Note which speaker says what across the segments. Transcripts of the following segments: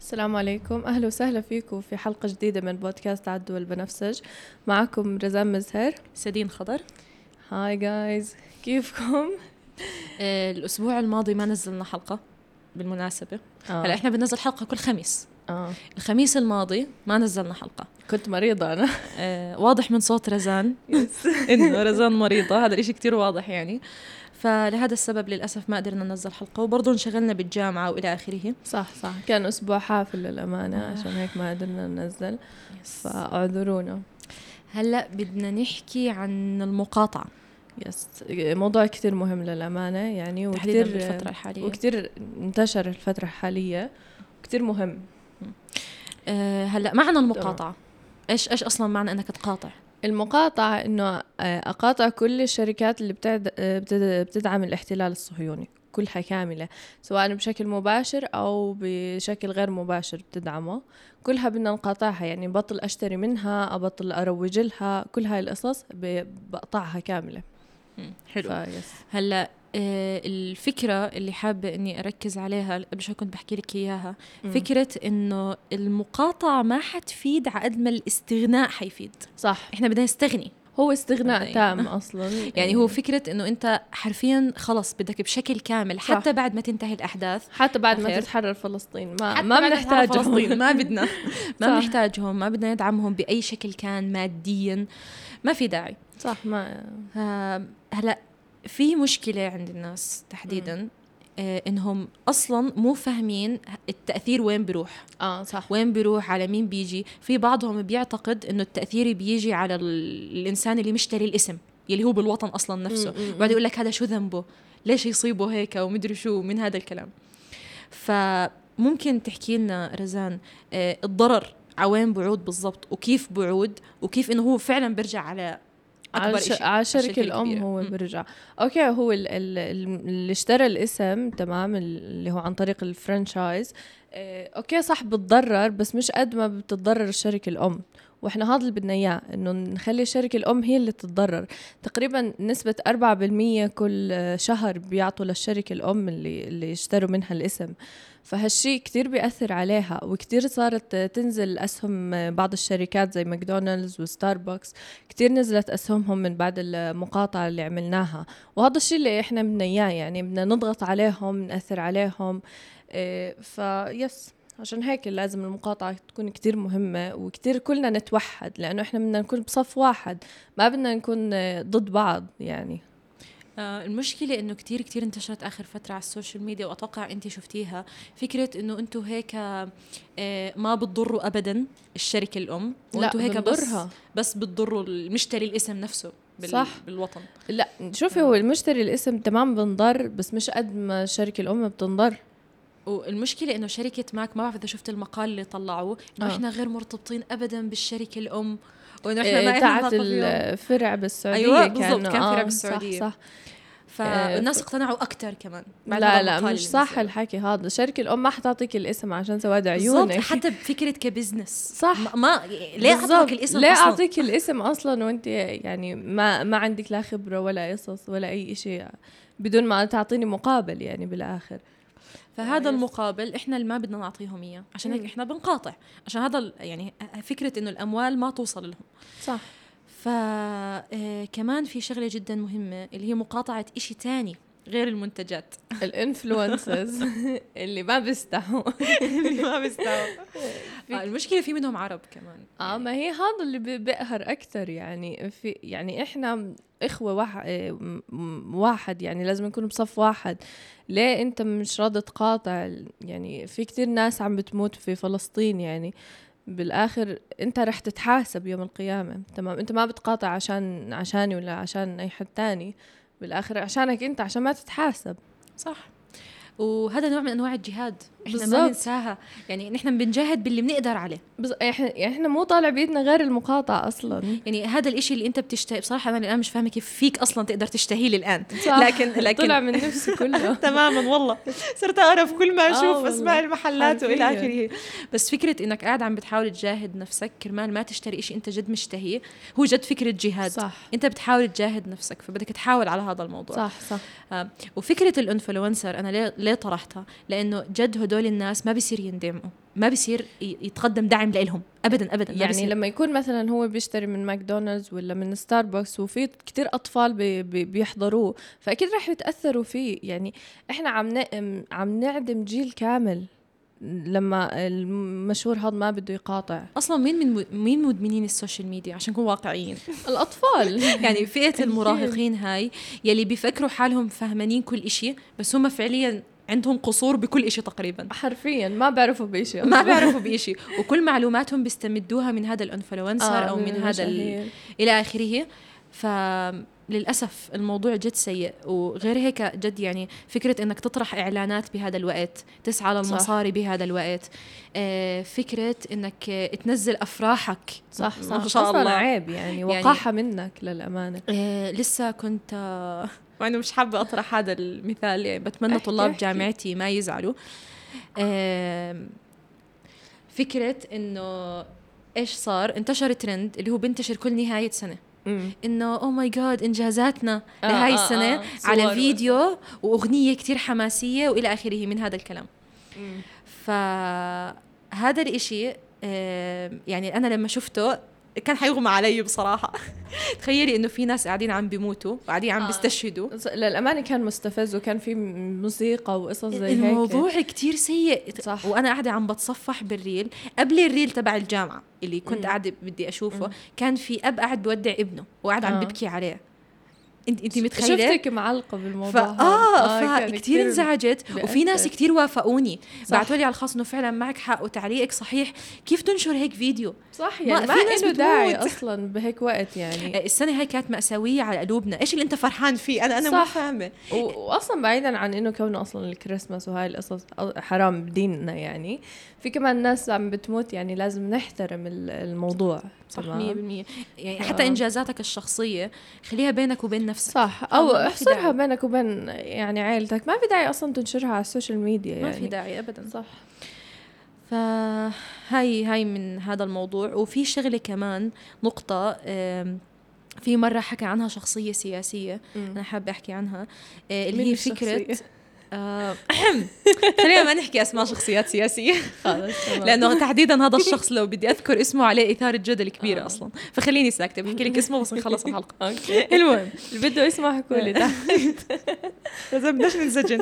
Speaker 1: السلام عليكم أهلا وسهلا فيكم في حلقة جديدة من بودكاست عدو البنفسج معكم رزان مزهر
Speaker 2: سدين خضر
Speaker 1: هاي جايز كيفكم؟
Speaker 2: آه، الاسبوع الماضي ما نزلنا حلقه بالمناسبه هلا احنا بننزل حلقه كل خميس
Speaker 1: آه.
Speaker 2: الخميس الماضي ما نزلنا حلقه
Speaker 1: كنت مريضة أنا
Speaker 2: آه، واضح من صوت رزان انه رزان مريضه هذا الاشي كتير واضح يعني فلهذا السبب للاسف ما قدرنا ننزل حلقه وبرضه انشغلنا بالجامعه والى اخره
Speaker 1: صح صح كان أسبوع حافل للأمانة عشان هيك ما قدرنا ننزل فاعذرونا
Speaker 2: هلا بدنا نحكي عن المقاطعه
Speaker 1: يس موضوع كتير مهم للأمانة يعني
Speaker 2: تحديدا
Speaker 1: وكتير
Speaker 2: بالفتره الحاليه
Speaker 1: وكتير انتشر الفترة الحالية وكتير مهم
Speaker 2: آه، هلا معنى المقاطعه ايش ايش اصلا معنى انك تقاطع
Speaker 1: المقاطعة إنه آه، أقاطع كل الشركات اللي بتعد... آه، بتد- بتدعم الاحتلال الصهيوني كلها كاملة سواء بشكل مباشر أو بشكل غير مباشر بتدعمه كلها بدنا نقاطعها يعني بطل أشتري منها أبطل أروج لها كل هاي القصص ب- بقطعها كاملة
Speaker 2: حلو
Speaker 1: فيس
Speaker 2: هلا آه، الفكرة اللي حابة إني أركز عليها قبل شوي كنت بحكي لك إياها فكرة إنه المقاطعة ما حتفيد على قد ما الاستغناء حيفيد
Speaker 1: صح
Speaker 2: إحنا بدنا نستغني
Speaker 1: هو استغناء
Speaker 2: مبدئياً.
Speaker 1: تام أصلا
Speaker 2: طيب. يعني هو فكرة إنه أنت حرفيا خلص بدك بشكل كامل
Speaker 1: صح.
Speaker 2: حتى بعد ما تنتهي الأحداث
Speaker 1: حتى بعد ما
Speaker 2: أخير.
Speaker 1: تتحرر فلسطين ما
Speaker 2: حتى
Speaker 1: ما
Speaker 2: بعد نحتاج على فلسطين،
Speaker 1: بنحتاجهم
Speaker 2: ما بدنا ما
Speaker 1: صح.
Speaker 2: بنحتاجهم ما بدنا ندعمهم بأي شكل كان ماديا ما في داعي
Speaker 1: صح ما
Speaker 2: آه، هلا في مشكلة عند الناس تحديدا آه، انهم اصلا مو فاهمين التاثير وين بيروح
Speaker 1: اه صح
Speaker 2: وين بيروح على مين بيجي في بعضهم بيعتقد انه التاثير بيجي على ال- الانسان اللي مشتري الاسم يلي هو بالوطن اصلا نفسه
Speaker 1: مم، مم،
Speaker 2: بعد يقول لك هذا شو ذنبه ليش يصيبه هيك ومدري شو من هذا الكلام فممكن تحكي لنا رزان آه، الضرر عوين بعود بالضبط وكيف بعود وكيف انه هو فعلا بيرجع على اكبر
Speaker 1: عش...
Speaker 2: شيء
Speaker 1: على الشركة
Speaker 2: الشركة
Speaker 1: الأم
Speaker 2: الكبيرة.
Speaker 1: هو
Speaker 2: مم.
Speaker 1: برجع أوكي هو ال... ال... ال- اللي اشترى الاسم تمام اللي هو عن طريق الفرنشايز آه، أوكي صح بتضرر بس مش قد ما بتتضرر الشركة الأم واحنا هذا اللي بدنا اياه انه نخلي الشركه الام هي اللي تتضرر تقريبا نسبه 4% كل آه، شهر بيعطوا للشركه الام اللي اللي اشتروا منها الاسم فهالشي كتير بيأثر عليها وكتير صارت تنزل أسهم بعض الشركات زي ماكدونالدز وستاربكس كتير نزلت أسهمهم من بعد المقاطعة اللي عملناها وهذا الشي اللي إحنا بدنا إياه يعني بدنا نضغط عليهم نأثر عليهم إيه، فيس عشان هيك لازم المقاطعة تكون كتير مهمة وكتير كلنا نتوحد لأنه إحنا بدنا نكون بصف واحد ما بدنا نكون آه، ضد بعض يعني
Speaker 2: آه، المشكلة انه كتير كتير انتشرت اخر فترة على السوشيال ميديا واتوقع انت شفتيها فكرة انه انتوا هيك آه، ما بتضروا ابدا الشركة الام وانتوا هيك بس
Speaker 1: بنضرها.
Speaker 2: بس بتضروا المشتري الاسم نفسه بال
Speaker 1: صح.
Speaker 2: بالوطن
Speaker 1: لا شوفي
Speaker 2: آه.
Speaker 1: هو المشتري الاسم تمام بنضر بس مش قد ما الشركة الأم بتنضر
Speaker 2: والمشكلة انه شركة ماك ما بعرف اذا شفت المقال اللي طلعوه انه
Speaker 1: آه.
Speaker 2: آه. احنا غير مرتبطين ابدا بالشركة الام وانه احنا
Speaker 1: إيه،
Speaker 2: ما
Speaker 1: تاعت
Speaker 2: علاقة فيهم.
Speaker 1: الفرع بالسعودية
Speaker 2: أيوة، بالضبط،
Speaker 1: كأنه،
Speaker 2: كان فرع
Speaker 1: آه،
Speaker 2: بالسعودية.
Speaker 1: صح صح
Speaker 2: فالناس اقتنعوا اكثر كمان بعد هذا
Speaker 1: آه، لا لا
Speaker 2: المقال
Speaker 1: مش
Speaker 2: اللي
Speaker 1: صح
Speaker 2: نزل.
Speaker 1: الحكي هذا الشركة الأم ما حتعطيك الاسم عشان سواد
Speaker 2: بالضبط،
Speaker 1: عيونك
Speaker 2: حتى بفكرة كبزنس
Speaker 1: صح.
Speaker 2: ما, ما ليه
Speaker 1: بالضبط.
Speaker 2: اترك الاسم
Speaker 1: ليه
Speaker 2: أصلاً؟
Speaker 1: أعطيك الاسم أصلا وأنت يعني ما ما عندك لا خبرة ولا قصص ولا أي شيء بدون ما تعطيني مقابل يعني بالآخر
Speaker 2: فهذا
Speaker 1: كويس.
Speaker 2: المقابل احنا اللي ما بدنا نعطيهم اياه عشان هيك
Speaker 1: يعني مم.
Speaker 2: احنا بنقاطع عشان هذا ال- يعني فكره انه الاموال ما توصل لهم
Speaker 1: صح
Speaker 2: فكمان في شغله جدا مهمه اللي هي مقاطعه إشي تاني غير المنتجات
Speaker 1: الانفلونسرز اللي ما بيستحوا
Speaker 2: اللي ما بيستوعب المشكله في منهم عرب كمان
Speaker 1: اه ما هي هذا اللي بي- بقهر اكثر يعني في يعني احنا اخوه واحد آه، واحد يعني لازم نكون بصف واحد ليه انت مش راضي تقاطع يعني في كتير ناس عم بتموت في فلسطين يعني بالاخر انت رح تتحاسب يوم القيامه تمام انت ما بتقاطع عشان عشاني ولا عشان اي حد تاني بالاخر عشانك انت عشان ما تتحاسب
Speaker 2: صح وهذا نوع من انواع الجهاد احنا
Speaker 1: بالضبط.
Speaker 2: ما ننساها يعني نحن بنجاهد باللي بنقدر عليه
Speaker 1: بس احنا يعني احنا مو طالع بايدنا غير المقاطعه اصلا
Speaker 2: يعني هذا الإشي اللي انت بتشتهي بصراحه انا الان مش فاهمه كيف فيك اصلا تقدر تشتهيه للان
Speaker 1: صح.
Speaker 2: لكن لكن
Speaker 1: طلع من نفسي كله
Speaker 2: تماما والله صرت اقرا في كل ما
Speaker 1: آه
Speaker 2: اشوف
Speaker 1: والله.
Speaker 2: اسماء المحلات والى
Speaker 1: حرفياً.
Speaker 2: اخره بس فكره انك قاعد عم بتحاول تجاهد نفسك كرمال ما تشتري إشي انت جد مشتهيه هو جد فكره جهاد
Speaker 1: صح
Speaker 2: انت بتحاول تجاهد نفسك فبدك تحاول على هذا الموضوع
Speaker 1: صح صح
Speaker 2: آه، وفكره الانفلونسر انا ليه ليه طرحتها لانه جد هدول هدول الناس ما بيصير يندموا ما بيصير ي- يتقدم دعم لإلهم ابدا ابدا ما
Speaker 1: يعني
Speaker 2: بيصير.
Speaker 1: لما يكون مثلا هو بيشتري من ماكدونالدز ولا من ستاربكس وفي كتير اطفال بي بي بيحضروه فاكيد رح يتاثروا فيه يعني احنا عم ن- عم نعدم جيل كامل لما المشهور هذا ما بده يقاطع
Speaker 2: اصلا مين من مين مدمنين السوشيال ميديا عشان نكون واقعيين
Speaker 1: الاطفال
Speaker 2: يعني فئه المراهقين هاي يلي بيفكروا حالهم فهمانين كل إشي بس هم فعليا عندهم قصور بكل إشي تقريبا
Speaker 1: حرفيا ما بعرفوا بشيء
Speaker 2: ما بيعرفوا بإشي وكل معلوماتهم بيستمدوها من هذا الانفلونسر او من هذا ال-
Speaker 1: آه، المشاهير.
Speaker 2: الى اخره فللاسف الموضوع جد سيء وغير هيك جد يعني فكره انك تطرح اعلانات بهذا الوقت تسعى للمصاري بهذا الوقت آه، فكره انك آه، تنزل افراحك
Speaker 1: صح صح
Speaker 2: ما شاء
Speaker 1: أصلاً
Speaker 2: الله
Speaker 1: عيب يعني
Speaker 2: يعني-
Speaker 1: وقاحه منك للامانه
Speaker 2: آه، لسه كنت آه، مع انه مش حابه اطرح هذا المثال يعني بتمنى
Speaker 1: احكي-
Speaker 2: طلاب
Speaker 1: احكي.
Speaker 2: جامعتي ما يزعلوا إيه، آم، فكره انه ايش صار انتشر ترند اللي هو بنتشر كل نهايه سنه انه او ماي جاد انجازاتنا
Speaker 1: آه،
Speaker 2: لهاي
Speaker 1: آه،
Speaker 2: السنه
Speaker 1: آه، صور و-
Speaker 2: على فيديو واغنيه كتير حماسيه والى اخره من هذا الكلام
Speaker 1: مم.
Speaker 2: فهذا الاشي آم، يعني انا لما شفته كان حيغمى علي بصراحه تخيلي انه في ناس قاعدين عم بيموتوا وقاعدين عم
Speaker 1: آه.
Speaker 2: بيستشهدوا
Speaker 1: ص- للامانه كان مستفز وكان في م- موسيقى وقصص زي هيك
Speaker 2: الموضوع كتير سيء
Speaker 1: صح.
Speaker 2: وانا قاعده عم بتصفح بالريل قبل الريل تبع الجامعه اللي
Speaker 1: مم.
Speaker 2: كنت قاعده بدي اشوفه
Speaker 1: مم.
Speaker 2: كان في اب قاعد بودع ابنه وقاعد عم
Speaker 1: آه.
Speaker 2: ببكي عليه انت انت متخيله
Speaker 1: شفتك معلقه بالموضوع
Speaker 2: فا اه
Speaker 1: هذا. آه، كان
Speaker 2: فكتير انزعجت وفي ناس
Speaker 1: بأثر.
Speaker 2: كتير وافقوني
Speaker 1: صح.
Speaker 2: بعثوا لي على الخاص انه فعلا معك حق وتعليقك صحيح كيف تنشر هيك فيديو
Speaker 1: صح يعني
Speaker 2: في
Speaker 1: ما
Speaker 2: ناس
Speaker 1: له داعي
Speaker 2: بتموت.
Speaker 1: اصلا بهيك وقت يعني
Speaker 2: آه، السنه هاي كانت مأساويه على قلوبنا ايش اللي انت فرحان فيه انا انا مو
Speaker 1: صح.
Speaker 2: فاهمه
Speaker 1: و- واصلا بعيدا عن انه كونه اصلا الكريسماس وهاي القصص أ- حرام بديننا يعني في كمان ناس عم بتموت يعني لازم نحترم ال- الموضوع
Speaker 2: صح 100%
Speaker 1: تمام
Speaker 2: يعني
Speaker 1: ف-
Speaker 2: حتى انجازاتك الشخصيه خليها بينك وبين نفسك
Speaker 1: صح
Speaker 2: آه،
Speaker 1: او
Speaker 2: ما في
Speaker 1: احصرها
Speaker 2: داعي.
Speaker 1: بينك وبين يعني عائلتك ما في داعي اصلا تنشرها على السوشيال ميديا يعني
Speaker 2: ما في داعي ابدا
Speaker 1: صح
Speaker 2: فهاي هاي من هذا الموضوع وفي شغله كمان نقطه آم، في مره حكى عنها شخصيه سياسيه انا حابه احكي عنها آه، اللي
Speaker 1: مين
Speaker 2: هي
Speaker 1: الشخصية؟
Speaker 2: فكره آه، خلينا ما نحكي اسماء شخصيات سياسيه
Speaker 1: خلص تمام.
Speaker 2: لانه تحديدا هذا الشخص لو بدي اذكر اسمه عليه اثاره جدل كبيره
Speaker 1: آه.
Speaker 2: اصلا فخليني ساكته بحكي لك اسمه بس نخلص الحلقه
Speaker 1: اوكي
Speaker 2: المهم
Speaker 1: اللي بده يسمع حكوا لي ده
Speaker 2: اذا بدناش ننسجن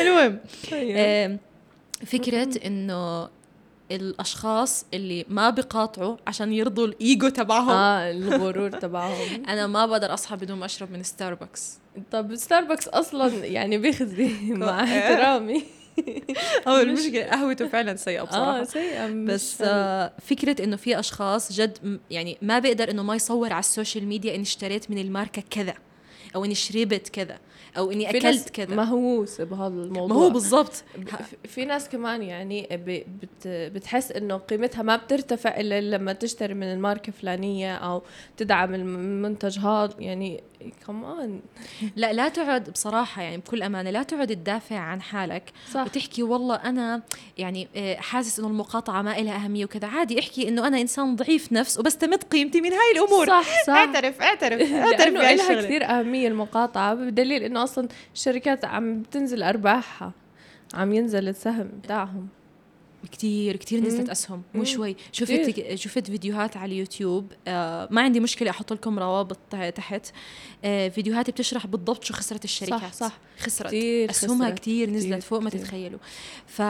Speaker 2: المهم
Speaker 1: أيوة.
Speaker 2: آم، فكره انه الاشخاص اللي ما بقاطعوا عشان يرضوا الايجو تبعهم
Speaker 1: اه الغرور تبعهم
Speaker 2: انا ما بقدر اصحى بدون ما اشرب من ستاربكس
Speaker 1: طب ستاربكس اصلا يعني بيخزي
Speaker 2: آه،
Speaker 1: مع احترامي
Speaker 2: او المشكله قهوته فعلا سيئه
Speaker 1: اه سيئة مش
Speaker 2: آه، بس
Speaker 1: حلوة.
Speaker 2: آه، فكرة انه في اشخاص جد م- يعني ما بقدر انه ما يصور على السوشيال ميديا اني اشتريت من الماركة كذا او اني شربت كذا او اني
Speaker 1: في ناس
Speaker 2: اكلت كذا ما
Speaker 1: مهووس بهذا الموضوع
Speaker 2: هو بالضبط
Speaker 1: ف- في ناس كمان يعني ب- بت بتحس انه قيمتها ما بترتفع الا لما تشتري من الماركه فلانيه او تدعم المنتج هذا يعني كمان
Speaker 2: لا لا تقعد بصراحة يعني بكل امانة لا تقعد تدافع عن حالك
Speaker 1: صح
Speaker 2: وتحكي والله انا يعني آه، حاسس انه المقاطعة ما إلها اهمية وكذا عادي احكي انه انا انسان ضعيف نفس وبستمد قيمتي من هاي الامور
Speaker 1: صح صح
Speaker 2: اعترف اعترف اعترف يعني.
Speaker 1: لانه
Speaker 2: بهاي
Speaker 1: لها
Speaker 2: الشغلة.
Speaker 1: كثير اهميه المقاطعه بدليل انه اصلا الشركات عم بتنزل ارباحها عم ينزل السهم تاعهم
Speaker 2: كتير كتير نزلت اسهم
Speaker 1: مم.
Speaker 2: مو شوي شفت شفت فيديوهات على اليوتيوب آه ما عندي مشكله احط لكم روابط ت- تحت آه فيديوهات بتشرح بالضبط شو خسرت الشركات
Speaker 1: صح صح
Speaker 2: خسرت
Speaker 1: كثير
Speaker 2: اسهمها كتير
Speaker 1: كتير،
Speaker 2: نزلت فوق ما
Speaker 1: كتير.
Speaker 2: تتخيلوا ف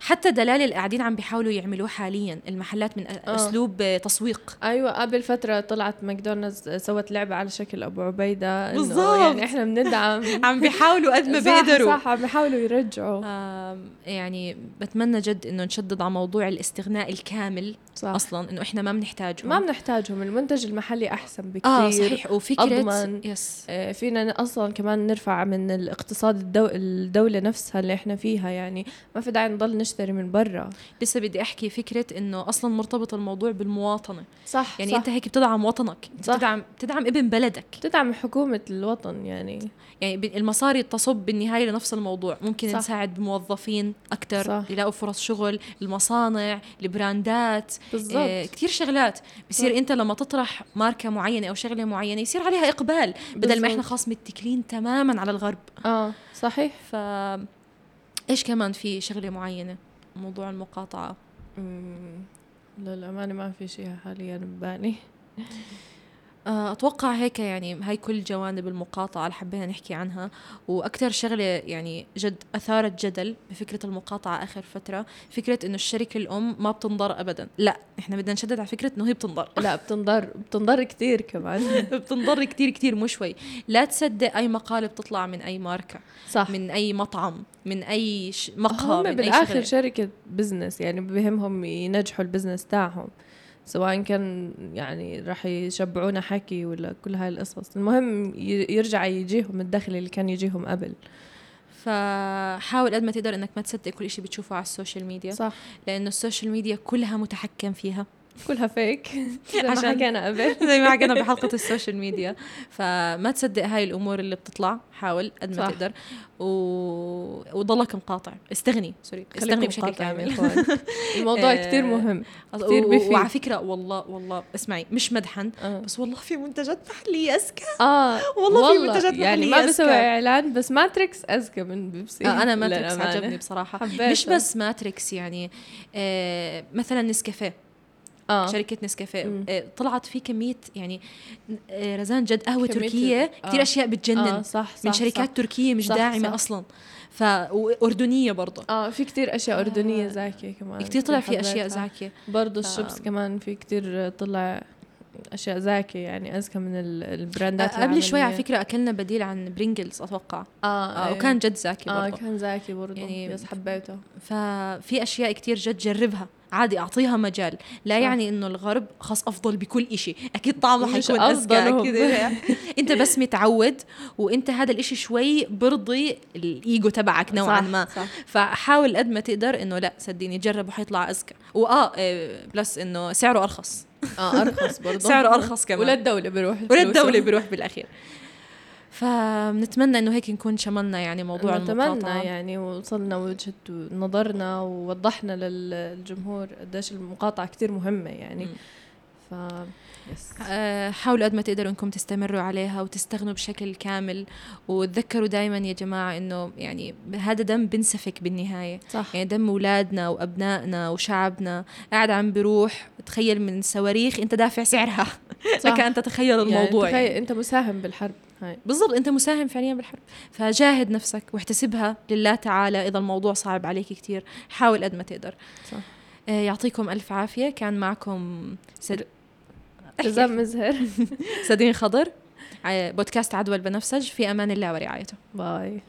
Speaker 2: حتى دلال اللي قاعدين عم بيحاولوا يعملوه حاليا المحلات من أ-
Speaker 1: آه.
Speaker 2: اسلوب آه، تسويق
Speaker 1: ايوه قبل فتره طلعت ماكدونالدز آه، سوت لعبه على شكل ابو عبيده إنه
Speaker 2: بالظبط.
Speaker 1: يعني احنا بندعم
Speaker 2: عم بيحاولوا قد ما
Speaker 1: صح-
Speaker 2: بيقدروا آه.
Speaker 1: صح عم بيحاولوا يرجعوا
Speaker 2: آم، يعني بتمنى جد انه نشدد على موضوع الاستغناء الكامل
Speaker 1: صح
Speaker 2: اصلا انه احنا ما بنحتاجهم
Speaker 1: ما بنحتاجهم المنتج المحلي احسن بكثير
Speaker 2: اه صحيح وفكره
Speaker 1: أضمن.
Speaker 2: يس
Speaker 1: آه، فينا ن- اصلا كمان نرفع من الاقتصاد الدو... الدوله نفسها اللي احنا فيها يعني ما في داعي نضل نشتري من برا
Speaker 2: لسه بدي احكي فكره انه اصلا مرتبط الموضوع بالمواطنه
Speaker 1: صح
Speaker 2: يعني
Speaker 1: صح.
Speaker 2: صح. انت هيك بتدعم وطنك
Speaker 1: صح.
Speaker 2: صح. بتدعم بتدعم ابن بلدك
Speaker 1: تدعم حكومة الوطن يعني
Speaker 2: يعني ب- المصاري تصب بالنهايه لنفس الموضوع ممكن
Speaker 1: صح.
Speaker 2: صح. نساعد بموظفين اكثر
Speaker 1: صح.
Speaker 2: يلاقوا فرص شغل المصانع البراندات
Speaker 1: بالضبط
Speaker 2: آه، كتير شغلات بصير
Speaker 1: صح.
Speaker 2: انت لما تطرح ماركه معينه او شغله معينه يصير عليها اقبال بدل ما
Speaker 1: بالضبط. آه،
Speaker 2: احنا خاص متكلين تماما على الغرب
Speaker 1: اه صحيح
Speaker 2: ف ايش كمان في شغله معينه موضوع المقاطعه
Speaker 1: أمم، للأمانة ما في شيء حاليا ببالي
Speaker 2: آه، اتوقع هيك يعني هاي كل جوانب المقاطعه اللي حبينا نحكي عنها واكثر شغله يعني جد اثارت جدل بفكره المقاطعه اخر فتره فكره انه الشركه الام ما بتنضر ابدا لا احنا بدنا نشدد على فكره انه هي بتنضر
Speaker 1: لا بتنضر بتنضر كتير كمان
Speaker 2: بتنضر كتير كتير مو شوي لا تصدق اي مقاله بتطلع من اي ماركه
Speaker 1: صح
Speaker 2: من اي مطعم من اي ش... مقهى
Speaker 1: هم
Speaker 2: من
Speaker 1: بالاخر
Speaker 2: أي شغلة.
Speaker 1: شركه بزنس يعني بهمهم ينجحوا البزنس تاعهم سواء كان يعني راح يشبعونا حكي ولا كل هاي القصص المهم ي- يرجع يجيهم الدخل اللي كان يجيهم قبل
Speaker 2: فحاول قد ما تقدر انك ما تصدق كل شيء بتشوفه على السوشيال ميديا
Speaker 1: صح
Speaker 2: لانه السوشيال ميديا كلها متحكم فيها
Speaker 1: كلها فيك زي ما
Speaker 2: عشان-
Speaker 1: حكينا قبل
Speaker 2: زي ما حكينا بحلقه السوشيال ميديا فما تصدق هاي الامور اللي بتطلع حاول قد ما
Speaker 1: صح.
Speaker 2: تقدر و... وضلك مقاطع استغني سوري استغني
Speaker 1: خليكم
Speaker 2: بشكل
Speaker 1: مقاطعين
Speaker 2: كامل
Speaker 1: يا إخوان. الموضوع
Speaker 2: آه،
Speaker 1: كتير مهم كتير
Speaker 2: و-
Speaker 1: بفيد.
Speaker 2: وعلى فكره والله والله اسمعي مش مدحا
Speaker 1: آه.
Speaker 2: بس والله في منتجات محلية أذكى
Speaker 1: اه
Speaker 2: والله في منتجات
Speaker 1: يعني
Speaker 2: محلية
Speaker 1: ما
Speaker 2: أذكى.
Speaker 1: بسوي اعلان بس ماتريكس اذكى من بيبسي
Speaker 2: آه، أنا ماتريكس
Speaker 1: للأمانة.
Speaker 2: عجبني بصراحة
Speaker 1: حبيته.
Speaker 2: مش بس ماتريكس يعني آه مثلا نسكافيه
Speaker 1: آه.
Speaker 2: شركة نسكافيه
Speaker 1: مم.
Speaker 2: آه طلعت في كمية يعني آه رزان جد قهوة
Speaker 1: كمية-
Speaker 2: تركية
Speaker 1: آه.
Speaker 2: كثير أشياء بتجنن
Speaker 1: آه صح صح
Speaker 2: من شركات
Speaker 1: صح.
Speaker 2: تركية مش
Speaker 1: صح،
Speaker 2: داعمة
Speaker 1: صح.
Speaker 2: أصلا ف وأردنية برضه
Speaker 1: اه في كتير اشياء اردنيه زاكيه كمان
Speaker 2: كثير آه، طلع في أشياء
Speaker 1: حبيتها.
Speaker 2: زاكية آه.
Speaker 1: برضه
Speaker 2: ف-
Speaker 1: الشيبس كمان في كتير طلع اشياء زاكيه يعني اذكى من ال- البراندات
Speaker 2: آه، قبل شوي على
Speaker 1: العالمية.
Speaker 2: فكرة أكلنا بديل عن برينجلز أتوقع
Speaker 1: اه,
Speaker 2: آه وكان جد زاكي
Speaker 1: اه
Speaker 2: برضه
Speaker 1: كان زاكي برضه
Speaker 2: يعني-
Speaker 1: يعني بس حبيته
Speaker 2: ففي اشياء كتير جد جربها عادي اعطيها مجال لا
Speaker 1: صح.
Speaker 2: يعني انه الغرب خاص افضل بكل إشي اكيد طعمه
Speaker 1: مش
Speaker 2: حيكون اذكى
Speaker 1: أفضلهم.
Speaker 2: اكيد انت بس متعود وانت هذا الإشي شوي برضي الايجو تبعك نوعا
Speaker 1: صح،
Speaker 2: ما
Speaker 1: صح
Speaker 2: فحاول قد ما تقدر انه لا صدقني جرب وحيطلع اذكى واه آه، بلس انه سعره ارخص
Speaker 1: اه ارخص برضه
Speaker 2: آه، سعره أرخص كمان.
Speaker 1: ولا الدوله بيروح آه.
Speaker 2: ولا
Speaker 1: فلوسه.
Speaker 2: الدوله بيروح بالاخير فبنتمنى انه هيك نكون شملنا يعني موضوع
Speaker 1: نتمنى
Speaker 2: المقاطعه
Speaker 1: يعني وصلنا وجهة نظرنا ووضحنا للجمهور قديش المقاطعة كتير مهمة يعني
Speaker 2: مم.
Speaker 1: ف يس.
Speaker 2: آه، حاولوا قد ما تقدروا انكم تستمروا عليها وتستغنوا بشكل كامل وتذكروا دائما يا جماعه انه يعني هذا دم بنسفك بالنهايه
Speaker 1: صح
Speaker 2: يعني دم اولادنا وابنائنا وشعبنا قاعد عم بروح تخيل من صواريخ انت دافع سعرها لك ان تتخيل الموضوع
Speaker 1: يعني
Speaker 2: يعني
Speaker 1: تخيل انت مساهم بالحرب هاي
Speaker 2: بالضبط انت مساهم فعليا بالحرب فجاهد نفسك واحتسبها لله تعالى اذا الموضوع صعب عليك كثير حاول قد ما تقدر
Speaker 1: صح.
Speaker 2: آه، يعطيكم الف عافيه كان معكم سد...
Speaker 1: جزام مزهر
Speaker 2: آه، سدين خضر ع- بودكاست عدوى البنفسج في امان الله ورعايته
Speaker 1: باي